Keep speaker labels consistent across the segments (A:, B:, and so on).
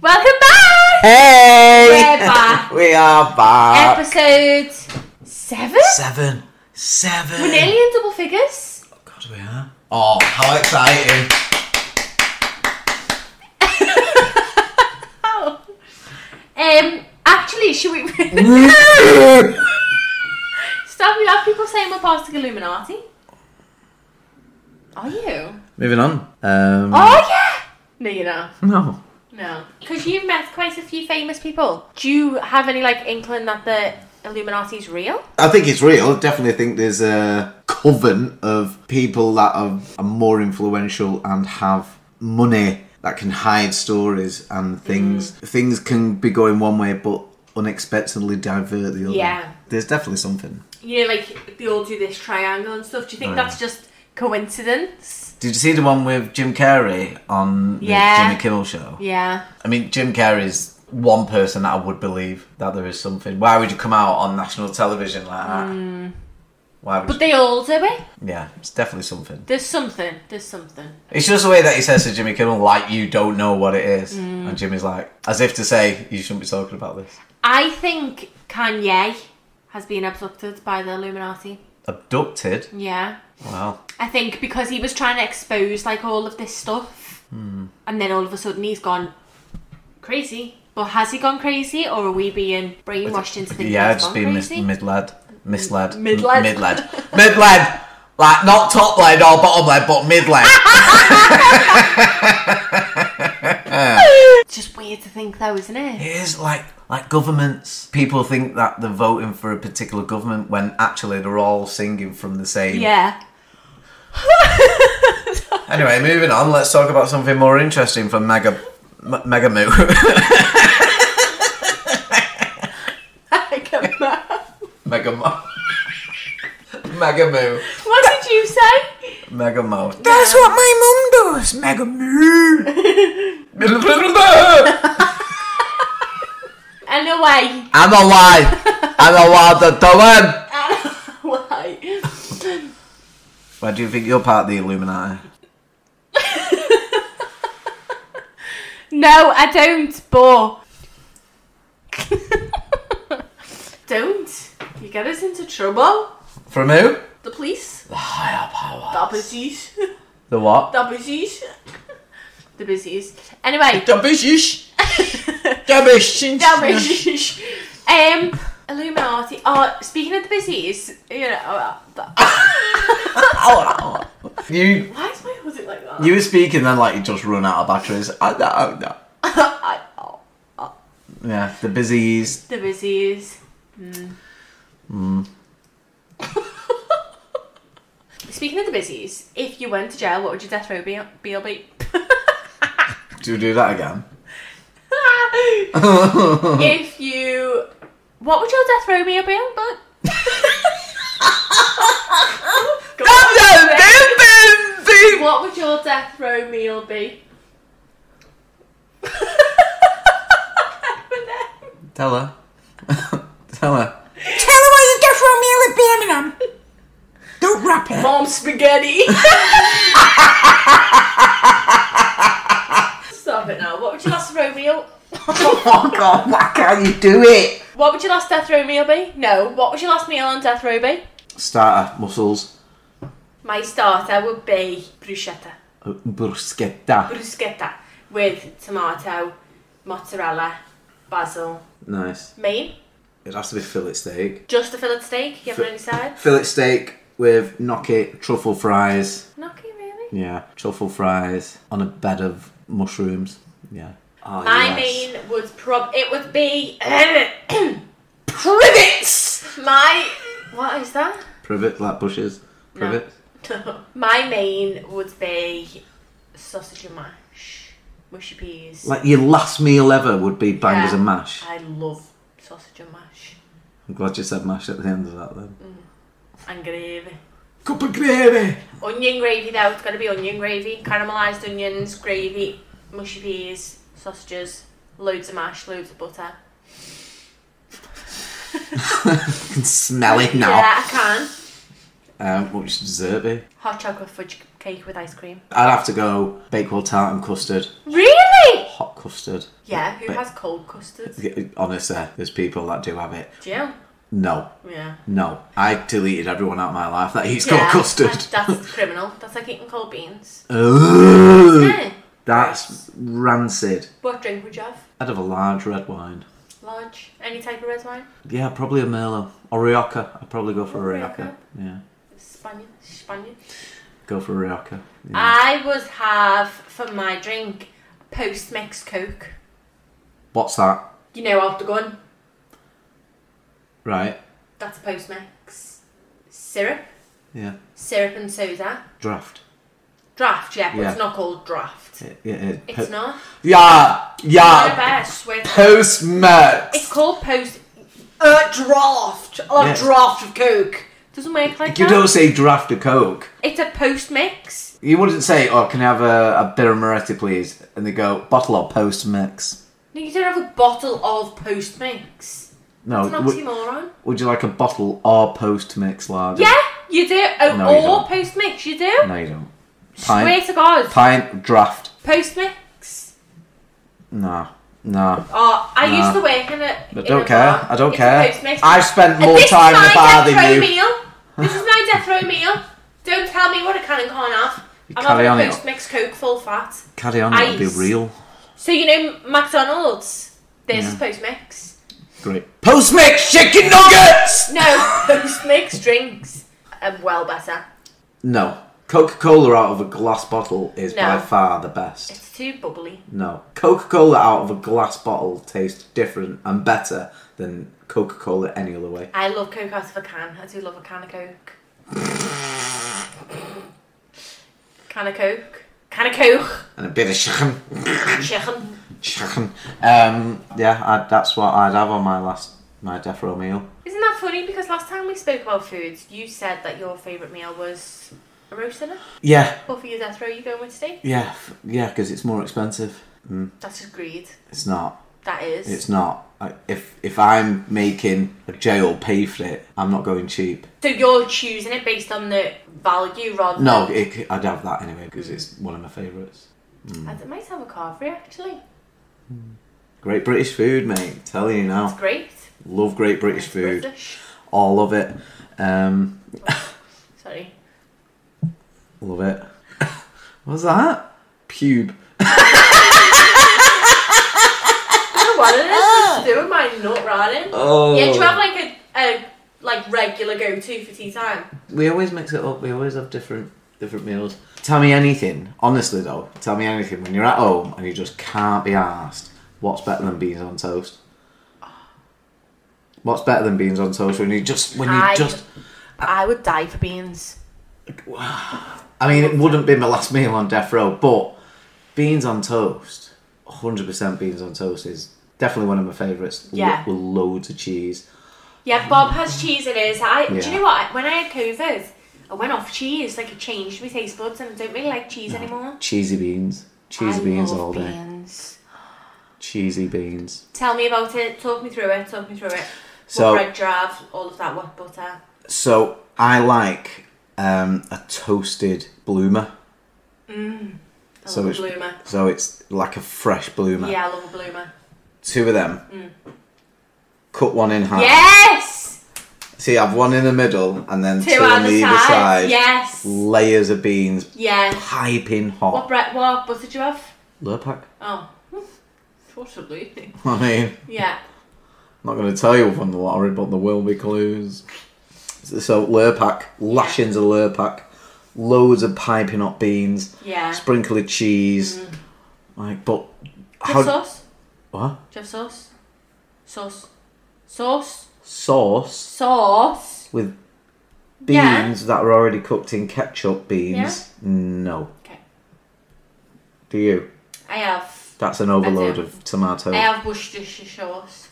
A: Welcome back!
B: Hey!
A: We're back.
B: we are back.
A: Episode seven?
B: Seven. Seven.
A: We're nearly in double figures.
B: God, we are. Oh, how exciting.
A: Oh. Um, actually, should we stop? We have people saying we're past the Illuminati. Are you?
B: Moving on. Um,
A: Oh yeah. No, you're not.
B: No.
A: No, because you've met quite a few famous people. Do you have any like inkling that the Illuminati's real?
B: I think it's real. Definitely think there's a coven of people that are, are more influential and have money that can hide stories and things.
A: Mm.
B: Things can be going one way, but unexpectedly divert the other.
A: Yeah.
B: There's definitely something.
A: You know, like they all do this triangle and stuff. Do you think
B: Oh, yeah.
A: that's just coincidence?
B: Did you see the one with Jim Carrey on the
A: Yeah.
B: Jimmy Kimmel show?
A: Yeah.
B: I mean, Jim Carrey's one person that I would believe that there is something. Why would you come out on national television like that? Why
A: Hmm.
B: would
A: But
B: you?
A: they all do it.
B: Yeah, it's definitely something.
A: There's something. There's something.
B: It's just the way that he says to Jimmy Kimmel, like, you don't know what it is.
A: Hmm.
B: And Jimmy's like, as if to say, you shouldn't be talking about this.
A: I think Kanye has been abducted by the Illuminati.
B: Abducted?
A: Yeah.
B: Wow.
A: I think because he was trying to expose like all of this stuff,
B: Hmm.
A: and then all of a sudden he's gone crazy. But has he gone crazy, or are we being brainwashed into thinking
B: yeah,
A: he's gone
B: just being mis-
A: crazy?
B: misled. Misled.
A: Midled.
B: M- Midled. midled. Like, not top led or bottom led, but midled.
A: it's just weird to think, though, isn't it?
B: It is like like governments. People think that they're voting for a particular government when actually they're all singing from the same.
A: Yeah.
B: Anyway, moving on. Let's talk about something more interesting from Mega M- Mega Moo. Mega Mo. Mega Moo.
A: what did you say?
B: Mega Mo. That's what my mum does. Mega Moo.
A: And away.
B: I'm alive. I'm alive. The dog.
A: And away.
B: Why do you think you're part of the Illuminati?
A: No, I don't, but. don't. You get us into trouble.
B: From who?
A: The police.
B: The higher power.
A: The busies.
B: The what?
A: The busies. The busies. Anyway.
B: Dabishish.
A: The
B: Dabishish.
A: busies. Um, Illuminati. Oh, speaking of the busies, you know. uh, the-
B: You
A: Why is my hoodie like that?
B: you were speaking then like you just run out of batteries. I don't I don't-
A: I- oh,
B: Yeah, the busies.
A: the Hmm. busies. Mm. Speaking of the busies, if you went to jail, what would your death row be? be, be?
B: Do you do that again?
A: if you, what would your death row be? be but What would your death row meal be?
B: Tell her. Tell her.
C: Tell her what you get for a meal at Birmingham. Don't wrap it.
A: Mom spaghetti. Stop it now. What would your last row meal?
B: Oh god, why can't you do it?
A: What would your last death row meal be? No. What would your last meal on death row be?
B: Starter muscles.
A: My starter would be bruschetta,
B: Bruschetta.
A: bruschetta with tomato, mozzarella, basil,
B: Nice.
A: main,
B: It has to be fillet steak.
A: just a fillet steak. You have
B: Fi-
A: it on your side.
B: Fillet steak with gnocchi, truffle fries.
A: Knocky, really.
B: Yeah, truffle fries on a bed of mushrooms. Yeah. Oh,
A: My main would prob it would be privets. My what is that?
B: privet like bushes. Privet.
A: My main would be sausage and mash, mushy peas.
B: Like your last meal ever would be bangers
A: Yeah.
B: and mash.
A: I love sausage and mash
B: I'm glad you said mash at the end of that then.
A: and gravy.
B: Cup of gravy.
A: Onion gravy though, it's gotta be onion gravy. Caramelised onions, gravy, mushy peas, sausages, loads of mash, loads of butter.
B: I can smell it now.
A: Yeah, I can.
B: Um, what should dessert be?
A: Hot chocolate fudge cake with ice cream.
B: I'd have to go bakewell tart and custard.
A: Really?
B: Hot custard.
A: Yeah, who
B: But-
A: has cold custards?
B: Honestly, there's people that do have it.
A: Jill.
B: No,
A: Yeah.
B: no. I deleted everyone out of my life that eats
A: Yeah,
B: cold custard.
A: that- that's criminal. That's like eating cold beans.
B: Ugh.
A: Yeah.
B: That's rancid.
A: What drink would you have?
B: I'd have a large red wine.
A: Large? Any type of red wine?
B: Yeah, probably a Merlot. Or Rioja. I'd probably go for a Rioja.
A: Rioja.
B: Yeah,
A: Spanish? Spanish?
B: go for a Rioja. Yeah.
A: I would have for my drink post mix Coke.
B: What's that?
A: You know, off the gun.
B: Right.
A: That's a post mix. Syrup.
B: Yeah.
A: Syrup and soda.
B: Draft.
A: Draft, yeah, but
B: Yeah.
A: it's not called draft.
B: Yeah. yeah.
A: It's not.
B: Yeah.
A: Not a
B: Yeah.
A: bear, I swear. It's
B: Postmates.
A: called post. A draft! A
B: Yeah.
A: draft of Coke! Doesn't work like
B: You
A: that.
B: don't say draft a Coke.
A: It's a post mix.
B: You wouldn't say, oh, can I have a, a bit of Moretti, please? And they go, bottle or post mix?
A: No, you don't have a bottle of post mix.
B: No,
A: It's an
B: would,
A: oxymoron.
B: would you like a bottle or post mix large?
A: Yeah, you do. Oh,
B: No, you
A: or
B: don't.
A: post mix, you do.
B: No, you don't. Pint,
A: Swear to God.
B: pint draft.
A: Post mix.
B: No, no.
A: Oh, I
B: Nah.
A: used to work in a.
B: I
A: in
B: don't
A: a
B: care.
A: bar.
B: I don't
A: It's a
B: care.
A: Postmix.
B: I've spent
A: And
B: more
A: this
B: time
A: is
B: in
A: my
B: a bar
A: death row
B: than you.
A: meal. This is my death row meal. Don't tell me what I can and can't have. I'm
B: carry
A: having
B: on
A: a
B: it.
A: post mix Coke full fat.
B: Carry on, it'll be
A: Ice.
B: real.
A: So you know McDonald's. This is
B: Yeah.
A: post mix.
B: Great. Post mix chicken nuggets!
A: No, post mix drinks. are well better.
B: No. Coca Cola out of a glass bottle is
A: No.
B: by far the best.
A: It's too bubbly.
B: No. Coca Cola out of a glass bottle tastes different and better than Coca Cola any other way.
A: I love Coke out of a can. I do love a can of Coke. can of Coke. Can of Coke.
B: And a bit of chicken.
A: Chicken.
B: Chicken. Um, yeah, I, that's what I'd have on my last, my death row meal.
A: Isn't that funny? Because last time we spoke about foods, you said that your favourite meal was a roast dinner.
B: Yeah,
A: But for your death row, you go with steak.
B: yeah, f- yeah, because it's more expensive. Mm,
A: That's just greed.
B: It's not.
A: That is.
B: It's not. I- If if I'm making a jail pay for it, I'm not going cheap.
A: so you're choosing it based on the value rather
B: No,
A: than.
B: it, c- I'd have that anyway because it's one of my favourites. Mm.
A: And It might have a carvery actually.
B: Great British food, mate. Tell you
A: It's
B: now.
A: great.
B: Love great British
A: It's
B: food.
A: British.
B: All of it. Um,
A: Sorry.
B: love it. What's that? Pube.
A: I don't know what it is. It's to do with my nut riding.
B: Oh.
A: Yeah, do you have like a, a like regular go to for tea time?
B: We always mix it up. We always have different different meals. Tell me anything, honestly though. Tell me anything when you're at home and you just can't be asked. What's better than beans on toast? What's better than beans on toast when you just when you
A: I-
B: just?
A: I would die for beans.
B: I mean, it wouldn't be my last meal on death row, but beans on toast, hundred percent beans on toast is definitely one of my favourites. Lo-
A: Yeah.
B: with loads of cheese.
A: Yeah, Bob has cheese in his. I do you
B: Yeah.
A: know what? When I had COVID, I went off cheese. Like it changed my taste buds, and I don't really like cheese anymore.
B: Cheesy beans, cheesy beans all day.
A: Beans.
B: Cheesy beans.
A: Tell me about it. Talk me through it. Talk me through it.
B: So-
A: what bread do you have? All of that. What butter?
B: So I like um, a toasted bloomer.
A: Mm. I
B: So
A: love
B: it's-
A: a bloomer.
B: So it's like a fresh bloomer.
A: Yeah, Mm. I love a bloomer.
B: Two of them. Cut one in half.
A: Yes.
B: So you have one in the middle and then two,
A: Two,
B: on
A: on
B: the
A: the
B: either
A: sides.
B: side.
A: Yes.
B: Layers of beans,
A: Yes.
B: piping
A: What
B: hot.
A: bread? What butter do you have?
B: Lurpak.
A: Oh, fortunately.
B: I mean, I'm
A: Yeah.
B: not going to tell you from the lottery, but there will be clues. So Lurpak, lashings of Lurpak, loads of piping hot beans,
A: Yeah. Mm.
B: sprinkle of cheese. Like, but
A: Do you
B: how?
A: have sauce?
B: What?
A: Do you have sauce? Sauce. Sauce.
B: Sauce.
A: Sauce.
B: with beans
A: Yeah.
B: that are already cooked in ketchup beans. No.
A: Okay.
B: Do you?
A: I have.
B: That's an overload
A: do.
B: of tomato.
A: I have Worcestershire sauce.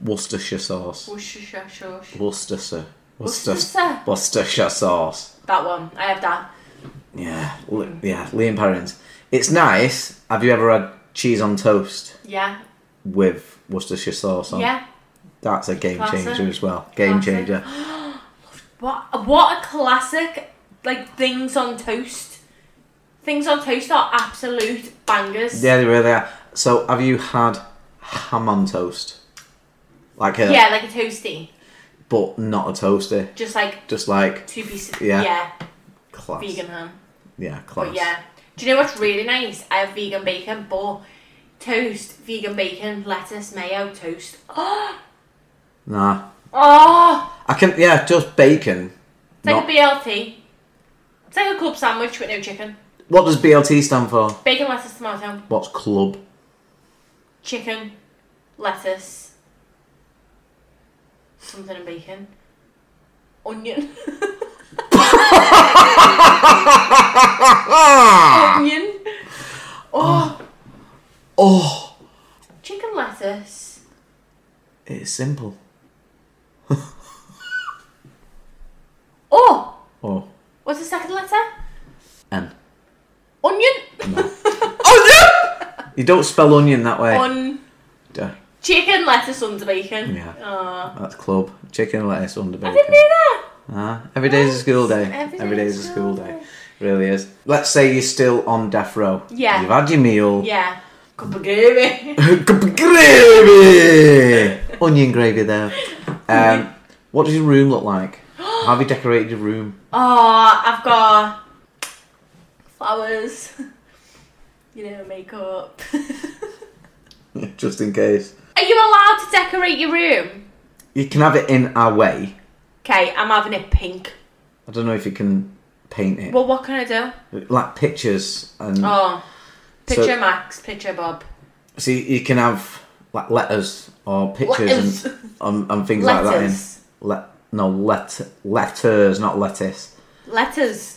B: Worcestershire sauce.
A: Worcestershire sauce.
B: Worcestershire.
A: Worcestershire.
B: Worcestershire sauce.
A: That one. I have that.
B: Yeah. Li-
A: Mm.
B: yeah. Liam Perrins. It's nice. Have you ever had cheese on toast
A: Yeah.
B: with Worcestershire sauce on?
A: Yeah.
B: That's a game
A: Classic.
B: changer as well. Game
A: Classic.
B: changer.
A: What? What a classic! Like things on toast. Things on toast are absolute bangers.
B: Yeah, they really are. So, have you had ham on toast? Like a,
A: Yeah, like a toasty.
B: but not a toaster.
A: Just like
B: Just like
A: two pieces.
B: Yeah.
A: yeah.
B: class.
A: Vegan ham.
B: Yeah, class.
A: But yeah. Do you know what's really nice? I have vegan bacon, but toast, vegan bacon, lettuce, mayo, toast. Oh,
B: Nah,
A: oh
B: I can. Yeah, just bacon.
A: it's like
B: Not-
A: a BLT. It's like a club sandwich with no chicken.
B: What does BLT stand for?
A: Bacon, lettuce, tomato,
B: What's club?
A: chicken, lettuce, something and bacon, onion. onion. Oh,
B: Oh,
A: chicken lettuce.
B: it's simple.
A: Oh,
B: Oh,
A: what's the second letter?
B: N.
A: Onion.
B: You don't spell onion that way.
A: On
B: Duh.
A: chicken lettuce under bacon.
B: Yeah.
A: Aw.
B: That's club. Chicken, lettuce, under
A: I didn't
B: bacon.
A: do that.
B: Ah, every day's a school day.
A: Every
B: every
A: day
B: day's a school day. Really is. Let's say you're still on death row.
A: Yeah.
B: You've had your meal.
A: Yeah. Cup of gravy.
B: Cup of gravy. Onion gravy there. Um, what does your room look like? Have you decorated your room?
A: Oh, I've got flowers. You know, makeup.
B: Just in case.
A: Are you allowed to decorate your room?
B: You can have it in our way.
A: Okay, I'm having it pink.
B: I don't know if you can paint it.
A: Well, what can I do?
B: like pictures and
A: Oh, picture
B: Mm. So-
A: Max, picture Bob.
B: see you can have like letters or pictures
A: Letters.
B: and um, and things like that in
A: Letters.
B: let no let letters not lettuce.
A: Letters.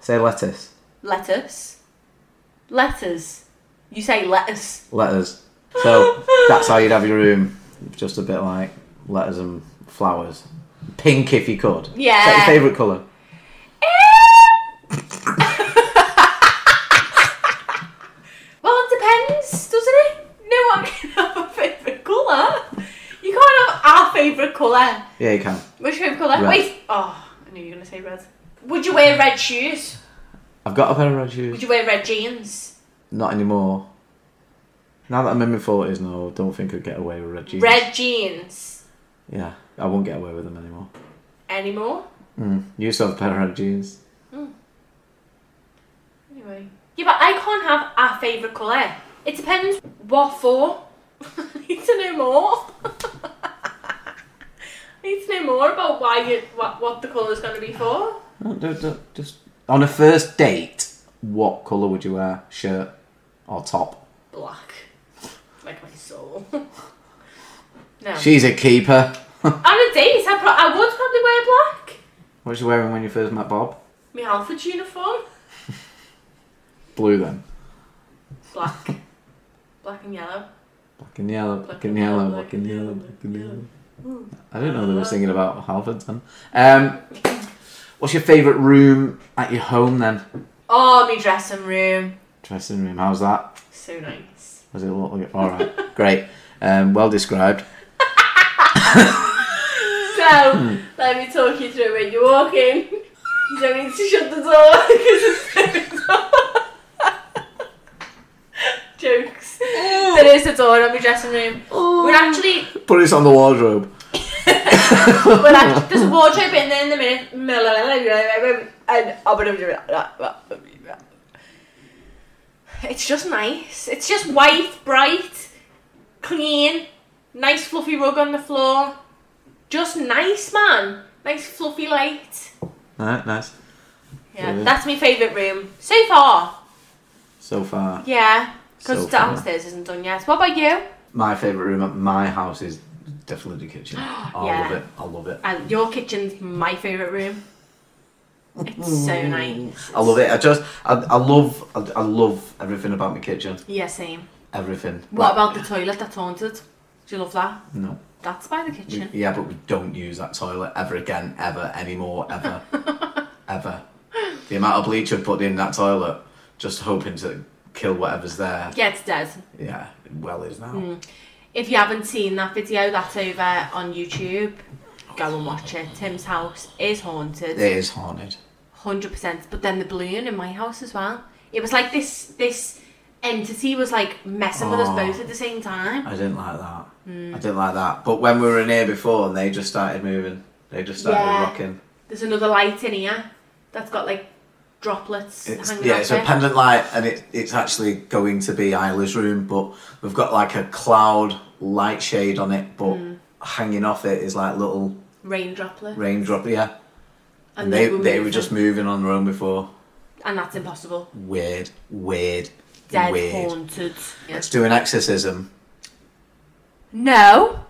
B: Say lettuce.
A: Lettuce. Letters. You say lettuce.
B: Letters. So that's how you'd have your room. Just a bit like letters and flowers. Pink if you could. Is that
A: Yeah.
B: your favourite colour?
A: Eh! Well, it depends, doesn't it? No, I mean, have a favourite colour. You can't have our favourite colour.
B: Yeah you can.
A: Which favourite colour?
B: Red.
A: Wait. Oh, I knew you were going to say red. Would you wear red shoes?
B: I've got a pair of red shoes.
A: Would you wear red jeans?
B: Not anymore. Now that I'm in my forties no, I don't think I'd get away with red jeans.
A: Red jeans
B: Yeah. I won't get away with them anymore.
A: anymore?
B: Mm. You used to have a pair of red jeans.
A: Anyway. Yeah, but I can't have our favourite colour. It depends what for. I need to know more. I need to know more about why you what, what the colour's going to be for.
B: No, no, no, Just on a first date, what colour would you wear? Shirt or top?
A: Black. Like my soul. no.
B: She's a keeper.
A: On a date, I, pro- I would probably wear black.
B: What was you wearing when you first met Bob?
A: My Halford uniform.
B: Blue then.
A: Black. black and yellow.
B: Black and yellow, black and yellow, black and yellow, black and yellow. I didn't know they were singing about Halfords then. Um, what's your favourite room at your home then?
A: Oh, my dressing room.
B: Dressing room, how's that?
A: So nice.
B: Does it look like? Alright, great. Um, well described.
A: So, let me talk you through when you walk in. You don't need to shut the door because it's so dark. Jokes. There is a door on my dressing room. We're actually,
B: Put this on the wardrobe.
A: we're actually, there's a wardrobe in there in the minute. oh, And it's just nice. It's just white, bright, clean, nice fluffy rug on the floor. Just nice, man. Nice fluffy light.
B: Alright, nice.
A: Yeah,
B: Yeah.
A: that's my favourite room so far.
B: So far.
A: Yeah, because
B: So far.
A: downstairs isn't done yet. What about you?
B: My favourite room at my house is definitely the kitchen. I
A: Yeah.
B: love it. I love it.
A: Uh, your kitchen's my favourite room. It's so nice.
B: I love it. I just, I, I love, I, I love everything about my kitchen.
A: Yeah, same.
B: Everything.
A: What about the toilet that's haunted? Do you love that?
B: No.
A: That's by the kitchen.
B: Yeah, but we don't use that toilet ever again, ever, anymore, ever, ever. The amount of bleach I've put in that toilet, just hoping to kill whatever's there.
A: Yeah, it's dead.
B: Yeah, it well is now.
A: Mm. If you haven't seen that video, that's over on YouTube. Go and watch it. Tim's house is haunted.
B: It is haunted.
A: hundred percent. But then the balloon in my house as well. It was like this this entity was like messing with us
B: Oh.
A: both at the same time.
B: I didn't like that.
A: Mm.
B: I didn't like that. But when we were in here before and they just started moving, they just started
A: Yeah.
B: rocking.
A: There's another light in here that's got like droplets
B: It's,
A: hanging
B: yeah,
A: off
B: it's a
A: it.
B: pendant light and it, it's actually going to be Isla's room, but we've got like a cloud light shade on it, but
A: Hmm.
B: hanging off it is like little
A: rain droplet.
B: raindrop, yeah.
A: and,
B: And they, they
A: moving.
B: were just moving on their own before.
A: and that's impossible.
B: Weird, weird,
A: Dead
B: weird.
A: haunted. Yeah.
B: Let's do an exorcism.
A: No.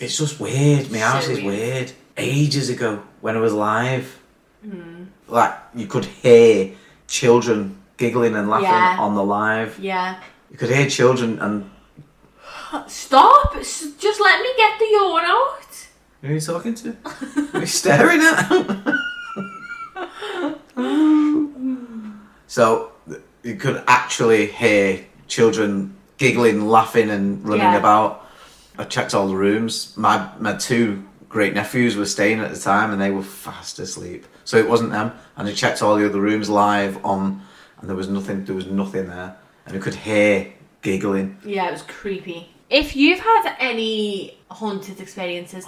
B: It's just weird. My
A: So
B: house is
A: weird.
B: weird. Ages ago, when I was live,
A: Hmm.
B: like you could hear children giggling and laughing
A: Yeah.
B: on the live.
A: Yeah.
B: You could hear children, and
A: Stop! S- Just let me get the yawn out.
B: who are you talking to? Who are you staring at? so th- you could actually hear children giggling, laughing, and running
A: Yeah.
B: about. I checked all the rooms. My my two great nephews were staying at the time, and they were fast asleep. So it wasn't them. And I checked all the other rooms live on, and there was nothing. There was nothing there, and I could hear giggling.
A: Yeah, it was creepy. If you've had any haunted experiences,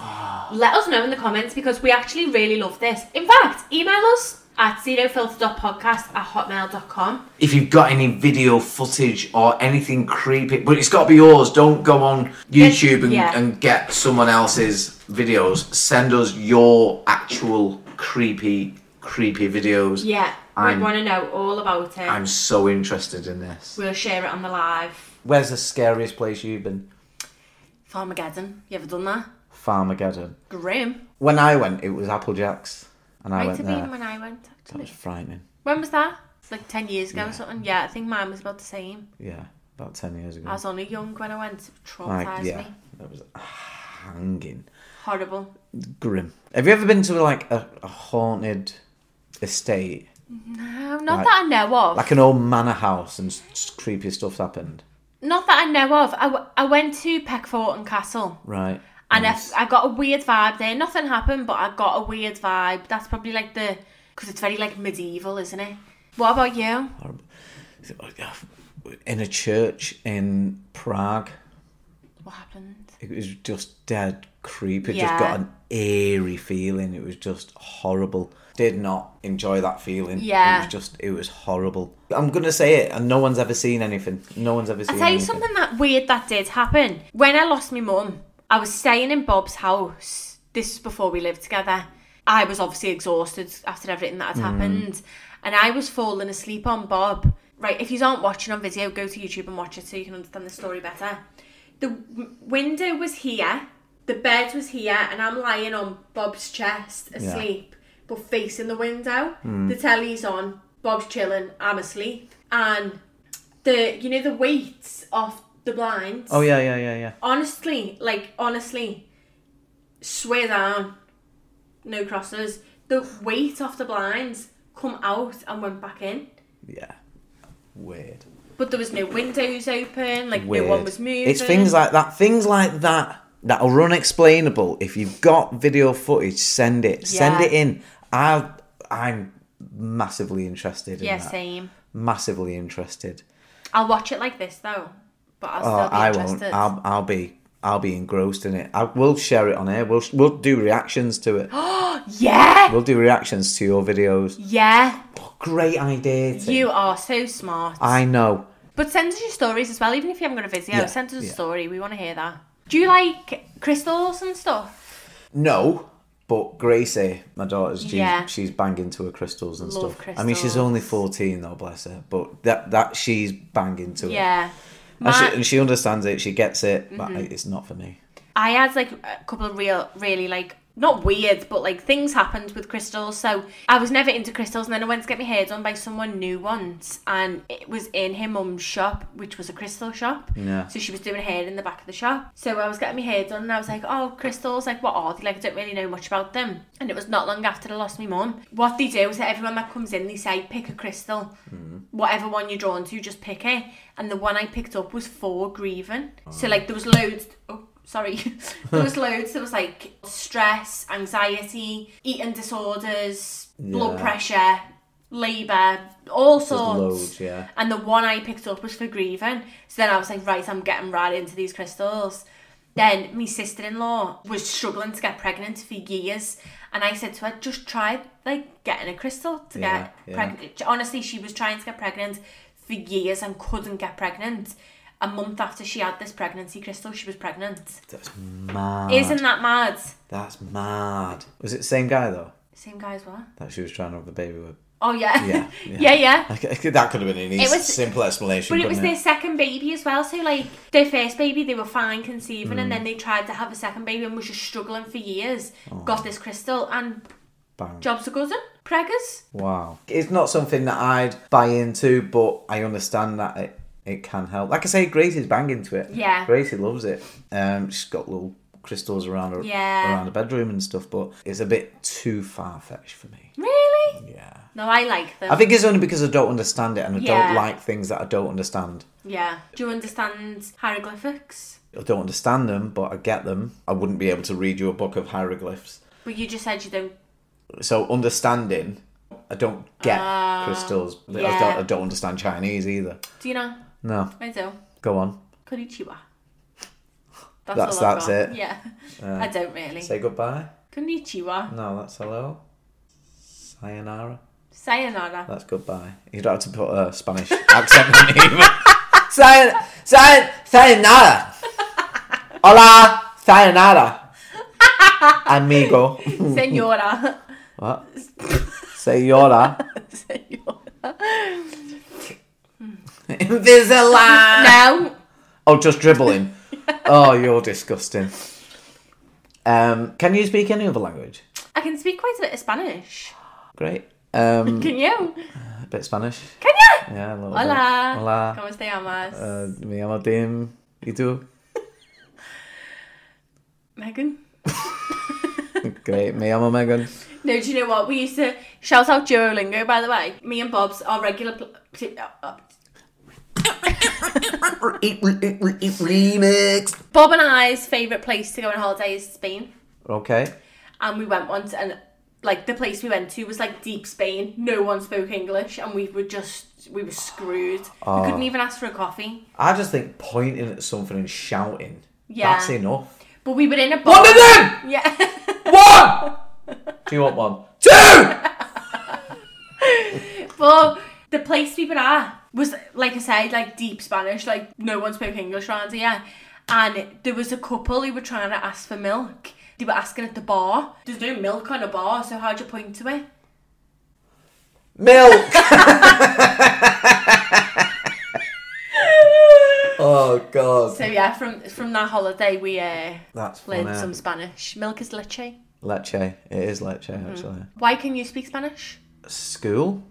A: let us know in the comments because we actually really love this. In fact, email us at zerofilth.podcast at hotmail.com.
B: if you've got any video footage or anything creepy, but it's got to be yours. Don't go on YouTube and,
A: Yeah.
B: and get someone else's videos. Send us your actual creepy, creepy videos.
A: Yeah, we
B: I'm-
A: want to know all about it.
B: I'm so interested in this.
A: we'll share it on the live.
B: Where's the scariest place you've been?
A: Farmageddon, you ever done that?
B: Farmageddon.
A: Grim.
B: When I went, it was Applejack's, and I
A: Might
B: went
A: have
B: there.
A: been when I went,
B: That was
A: actually.
B: frightening.
A: When was that? Like 10 years ago or something? Yeah, I think mine was about the same.
B: Yeah, about ten years ago.
A: I was only young when I went. It traumatized
B: like, yeah,
A: me.
B: that was hanging.
A: Horrible.
B: grim. Have you ever been to like a, a haunted estate,
A: No, Um, not
B: Like-
A: that I know of.
B: like an old manor house, and s- s- creepy stuff's happened?
A: not that I know of. I, w- I went to Peckforton Castle
B: Right.
A: and I
B: Nice.
A: I, got a weird vibe there. Nothing happened, but I got a weird vibe. That's probably like the. Because it's very like medieval, isn't it? What about you?
B: in a church in Prague,
A: What happened?
B: it was just dead creepy. It
A: Yeah.
B: just got an eerie feeling. It was just horrible. Did not enjoy that feeling.
A: Yeah.
B: It was just it was horrible. I'm gonna say it, and no one's ever seen anything. No one's ever seen.
A: I'll tell you
B: anything.
A: something that weird that did happen. When I lost my mum, I was staying in Bob's house. This was before we lived together. I was obviously exhausted after everything that had happened. And I was falling asleep on Bob. Right, if you aren't watching on video, go to YouTube and watch it so you can understand the story better. The w- window was here, the bed was here, and I'm lying on Bob's chest asleep, but facing the window. The telly's on, Bob's chilling, I'm asleep. And the you know the weights off the blinds.
B: Oh yeah, yeah, yeah, yeah.
A: Honestly, like honestly, swear down, no crosses. The weight off the blinds come out and went back in,
B: Yeah. Weird.
A: but there was no windows open. Like
B: Weird.
A: no one was moving.
B: It's things like that. Things like that that are unexplainable. If you've got video footage, send it. Send
A: Yeah.
B: it in. I I'm massively interested. In
A: yeah,
B: that.
A: same.
B: Massively interested.
A: I'll watch it like this though, but I'll
B: Oh,
A: still be
B: I won't.
A: interested.
B: I'll, I'll be. I'll be engrossed in it. I, we'll share it on air. We'll we'll do reactions to it.
A: Yeah,
B: we'll do reactions to your videos.
A: yeah.
B: Great idea. Tim.
A: You are so smart.
B: I know.
A: But send us your stories as well, even if you haven't got a video.
B: Yeah,
A: Send us a
B: yeah.
A: story. We want to hear that. Do you like crystals and stuff?
B: No, but Gracie, my daughter's, she's,
A: Yeah.
B: she's banging to her crystals and
A: Love
B: stuff. I mean, she's
A: crystals.
B: only fourteen though, bless her. But that that she's banging to it,
A: Yeah. Mm-hmm.
B: and she,
A: My-
B: and she understands it. She gets it, but like, it's not for me.
A: I had like a couple of real, really like not weird, but like things happened with crystals. So I was never into crystals, and then I went to get my hair done by someone new once, and it was in her mum's shop, which was a crystal shop.
B: Yeah.
A: So she was doing hair in the back of the shop. So I was getting my hair done, and I was like, "Oh, crystals! Like, what are they? Like, I don't really know much about them." And it was not long after I lost my mum. What they do is that everyone that comes in, they say, "Pick a crystal, whatever one you're drawn to, just pick it." And the one I picked up was for grieving. So like there was loads. Oh, sorry, there was loads. There was like stress, anxiety, eating disorders, blood
B: Yeah.
A: pressure, Labour, all sorts.
B: loads, yeah.
A: And the one I picked up was for grieving. So then I was like, right, I'm getting right into these crystals. Then my sister in law was struggling to get pregnant for years, and I said to her, just try like getting a crystal to
B: Yeah,
A: get
B: yeah.
A: pregnant. Honestly, she was trying to get pregnant for years and couldn't get pregnant. A month after she had this pregnancy crystal, she was pregnant.
B: That's mad.
A: Isn't that mad?
B: That's mad. Was it the same guy though
A: Same guy as well.
B: that she was trying to have the baby with?
A: Oh yeah.
B: Yeah, yeah.
A: yeah, yeah.
B: That could have been an easy,
A: was-
B: simple explanation.
A: But it was
B: couldn't
A: their second baby as well. So like their first baby, they were fine conceiving,
B: Mm.
A: and then they tried to have a second baby and was just struggling for years.
B: Oh.
A: Got this crystal and
B: Bang.
A: jobs are cousin preggers.
B: Wow. It's not something that I'd buy into, but I understand that it, it can help. Like I say, Gracie's bang into it.
A: Yeah.
B: Gracie loves it. Um, she's got little crystals around her
A: Yeah.
B: around the bedroom and stuff, but it's a bit too far fetched for me.
A: Really?
B: Yeah.
A: No, I like them.
B: I think it's only because I don't understand it and I
A: Yeah.
B: don't like things that I don't understand.
A: yeah. Do you understand hieroglyphics?
B: I don't understand them, but I get them. I wouldn't be able to read you a book of hieroglyphs.
A: But you just said you don't.
B: So understanding, I don't get
A: Ah,
B: crystals. I,
A: yeah.
B: don't, I don't understand Chinese either.
A: Do you know?
B: No,
A: I do.
B: go on.
A: Konnichiwa. all I've
B: That's- that's
A: got.
B: it. Uh,
A: Yeah. I don't really.
B: Say goodbye.
A: Konnichiwa.
B: No, that's hello. Sayonara.
A: Sayonara.
B: That's goodbye. You don't have to put a Spanish accent on it either. Sayon, sayon, sayonara. Hola, sayonara. Amigo.
A: Senora.
B: What? Sayonara. Uh,
A: Senora.
B: Invisalign.
A: No.
B: Oh, just dribbling. oh, you're disgusting. Um, can you speak any other language?
A: I can speak quite a bit of Spanish.
B: Great. Um,
A: Can you?
B: a bit Spanish.
A: Can you?
B: Yeah, a little bit.
A: Hola.
B: Hola.
A: ¿Cómo te llamas?
B: Uh, me llamo Tim. You too?
A: Megan.
B: Great. Me llamo Megan.
A: No, do you know what? We used to shout out Duolingo, by the way. Me and Bob's our regular. Pl- pl- uh, uh,
B: Remix.
A: Bob and I's favourite place to go on holiday is Spain.
B: Okay.
A: And we went once, and like the place we went to was like deep Spain. No one spoke English, and we were just, we were screwed. We
B: Ah.
A: couldn't even ask for a coffee.
B: I just think pointing at something and shouting.
A: Yeah.
B: That's enough.
A: But we were in a
B: One
A: bar.
B: of them!
A: Yeah.
B: One! Do you want one? Two!
A: Well, the place we were at was, like I said, like deep Spanish. Like no one spoke English around here. And there was a couple who were trying to ask for milk. They were asking at the bar. There's no milk on a bar, so how'd you point to it?
B: Milk! oh, God.
A: So yeah, from from that holiday we uh,
B: That's
A: learned
B: funny.
A: some Spanish. Milk is leche.
B: Leche. It is leche,
A: Mm-hmm.
B: actually.
A: Why can you speak Spanish?
B: School?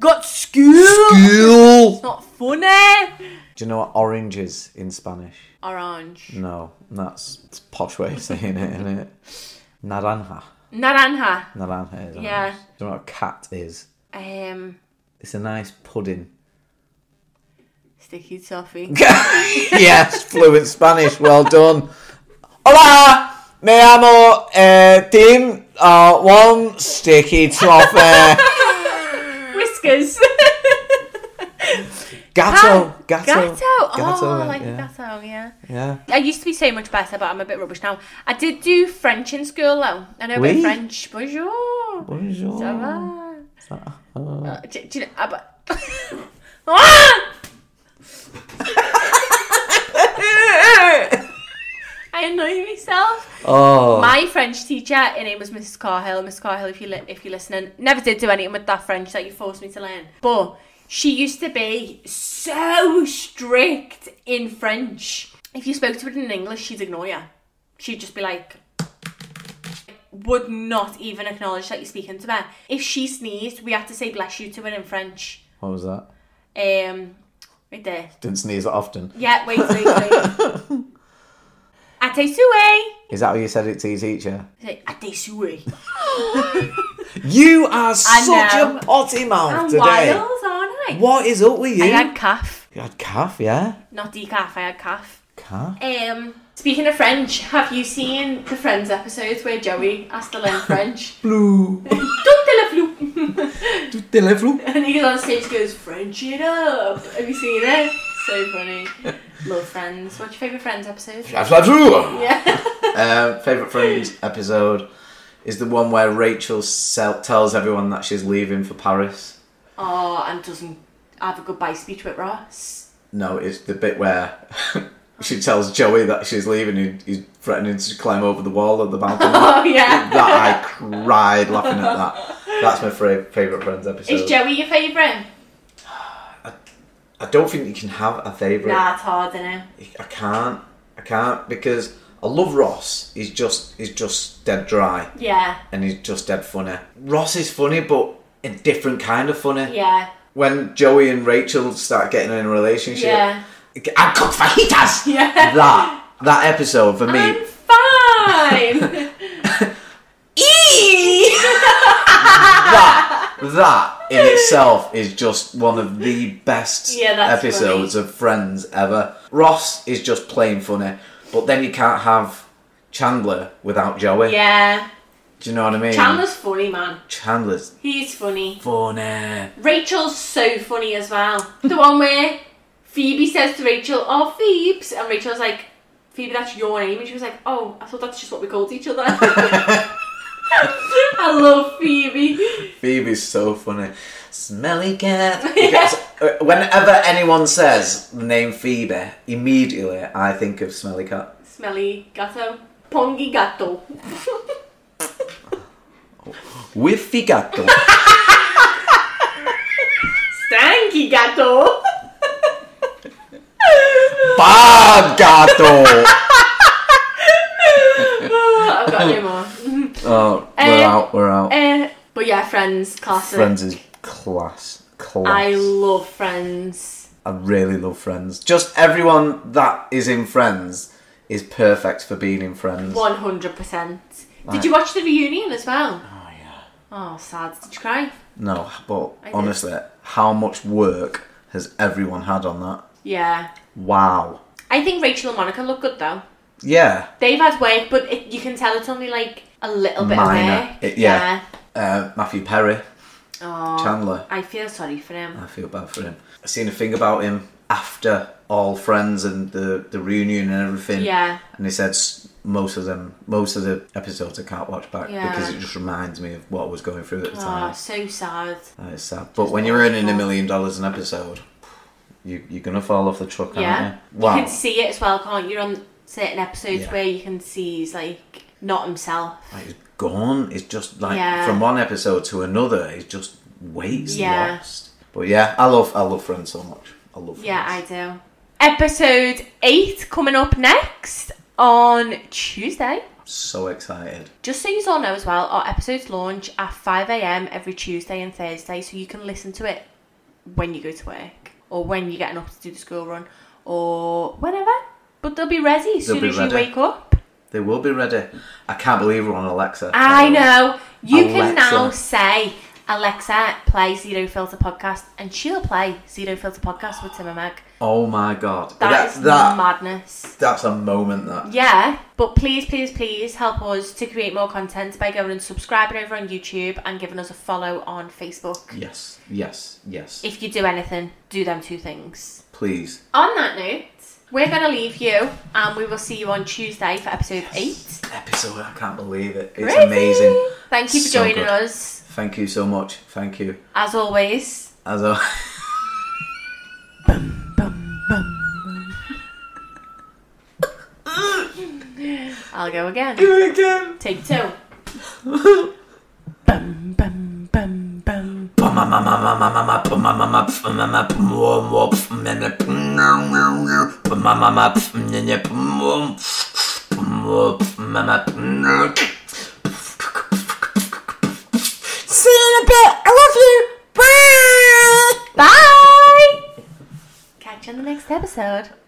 A: Got school.
B: School!
A: Not funny.
B: Do you know what orange is in Spanish?
A: Orange.
B: No, that's it's a posh way of saying it, isn't it? Naranja.
A: Naranja.
B: Naranja is
A: Yeah.
B: orange. Do you eh, know what a cat is?
A: Um,
B: It's a nice pudding.
A: sticky toffee.
B: yes, fluent Spanish. Well done. Hola, me llamo eh, Tim. Uh, one sticky eh. toffee.
A: Whiskers.
B: Gato, gato, eh,
A: Gatto. Ah, Oh, I like
B: yeah,
A: Gatto, yeah.
B: yeah.
A: I used to be so much better, but I'm a bit rubbish now. I did do French in school, though. I know a bit
B: Oui.
A: of French. Bonjour.
B: Bonjour.
A: Ça va?
B: Uh,
A: Uh, do, do you know, uh, but... ah! I annoy myself.
B: Oh,
A: My French teacher, her name was Mrs. Carhill. Miss Carhill, if you li- if you're listening, never did do anything with that French that you forced me to learn. But she used to be so strict in French. If you spoke to her in English, she'd ignore you. She'd just be like, would not even acknowledge that you're speaking to her. If she sneezed, we had to say bless you to her in French.
B: what was that?
A: Um, right there.
B: Didn't sneeze that often.
A: Yeah, wait, wait, wait. Atesue.
B: Is that how you said it to your teacher?
A: Say, Atesue.
B: You are such
A: know.
B: a potty mouth
A: I'm
B: today.
A: wild, aren't I?
B: What is up with you?
A: I had calf,
B: You had calf, yeah?
A: not decaf. I had calf.
B: Calf?
A: Um, speaking of French, have you seen the Friends episode where Joey has to learn French?
B: Blue.
A: Don't tell a flu.
B: Deliveroo.
A: And he goes on stage and goes, French it up. Have you seen it? So funny. Love Friends. What's your favourite Friends episode? Yeah.
B: Um, favorite friends episode is the one where Rachel sell- tells everyone that she's leaving for Paris.
A: oh, and doesn't have a goodbye speech with Ross.
B: No, it's the bit where she tells Joey that she's leaving. and he's threatening to climb over the wall of the balcony.
A: Oh, yeah.
B: that I cried laughing at that. That's my fra- favorite friends episode.
A: Is Joey your favourite?
B: I don't think you can have a favorite.
A: Nah, it's hard, isn't it?
B: I can't. I can't because I love Ross. He's just he's just dead dry
A: Yeah.
B: and he's just dead funny. Ross is funny, but a different kind of funny.
A: Yeah.
B: when Joey and Rachel start getting in a relationship.
A: Yeah.
B: I'm cooked fajitas.
A: Yeah.
B: That that episode for me.
A: I'm fine. Um,
B: that that in itself is just one of the best
A: Yeah, that's
B: episodes of Friends ever. Ross is just plain funny, but then you can't have Chandler without Joey.
A: yeah.
B: Do you know what I mean?
A: Chandler's funny, man.
B: Chandler's
A: He's funny.
B: funny.
A: Rachel's so funny as well. The one where Phoebe says to Rachel, "Oh, Phoebes," and Rachel's like, "Phoebe, that's your name," and she was like, "Oh, I thought that's just what we called each other." I love Phoebe.
B: Phoebe's so funny. Smelly cat. Because, uh, Whenever anyone says the name Phoebe, immediately I think of Smelly Cat.
A: Smelly gatto, pongy gatto.
B: Whiffy gatto.
A: Stanky gatto.
B: Bad gatto.
A: I've got no more.
B: Oh, we're
A: Um,
B: out, we're out.
A: Uh, but yeah, Friends, classic.
B: Friends is class. Class.
A: I love Friends.
B: I really love Friends. Just everyone that is in Friends is perfect for being in Friends.
A: One hundred percent. Did you watch the reunion as well?
B: Oh, yeah.
A: Oh, sad. Did you cry?
B: No, but
A: did.
B: honestly, how much work has everyone had on that?
A: Yeah.
B: Wow.
A: I think Rachel and Monica look good though.
B: Yeah.
A: They've had work, but it, you can tell it's only like a little bit
B: Minor.
A: of work.
B: It- yeah. Uh, Matthew Perry,
A: Oh,
B: Chandler.
A: I feel sorry for him.
B: I feel bad for him. I seen a thing about him after all friends and the, the reunion and everything.
A: Yeah.
B: And he said s- most of them, most of the episodes I can't watch back
A: Yeah.
B: because it just reminds me of what I was going through at the
A: Oh,
B: time.
A: so sad.
B: That is sad. But when you're earning a million dollars an episode, you, you're gonna fall off the truck,
A: yeah.
B: aren't you? Wow.
A: You can see it as well, can't you? On certain episodes
B: Yeah.
A: where you can see he's like not himself.
B: Like, he's gone. It's just like
A: Yeah.
B: from one episode to another, it's just weights
A: Yeah.
B: lost. But yeah, I love I love Friends so much. I love Friends.
A: Yeah, I do. Episode 8 coming up next on Tuesday.
B: so excited.
A: Just so you all know as well, our episodes launch at 5am every Tuesday and Thursday, so you can listen to it when you go to work, or when you're getting up to do the school run, or whenever. But they'll be ready as
B: They'll
A: soon
B: be
A: as
B: ready.
A: you wake up.
B: They will be ready. I can't believe we're on Alexa.
A: I know. You can
B: Alexa.
A: now say, Alexa, play Zero Filter Podcast, and she'll play Zero Filter Podcast with Tim and Meg.
B: Oh my god.
A: that
B: That-
A: is
B: that-
A: madness.
B: that's a moment that.
A: Yeah, but please, please, please help us to create more content by going and subscribing over on YouTube and giving us a follow on Facebook.
B: Yes, yes, yes.
A: If you do anything, do them two things.
B: Please.
A: On that note, we're going to leave you and we will see you on Tuesday for episode 8.
B: Episode, I can't believe it. It's
A: Crazy.
B: amazing.
A: Thank you for
B: So
A: joining
B: good.
A: us.
B: Thank you so much. Thank you.
A: As always,
B: As a
A: I'll go again.
B: again.
A: Take two.
C: See you in a bit. I love you. Bye.
A: Bye! Catch you on the next episode.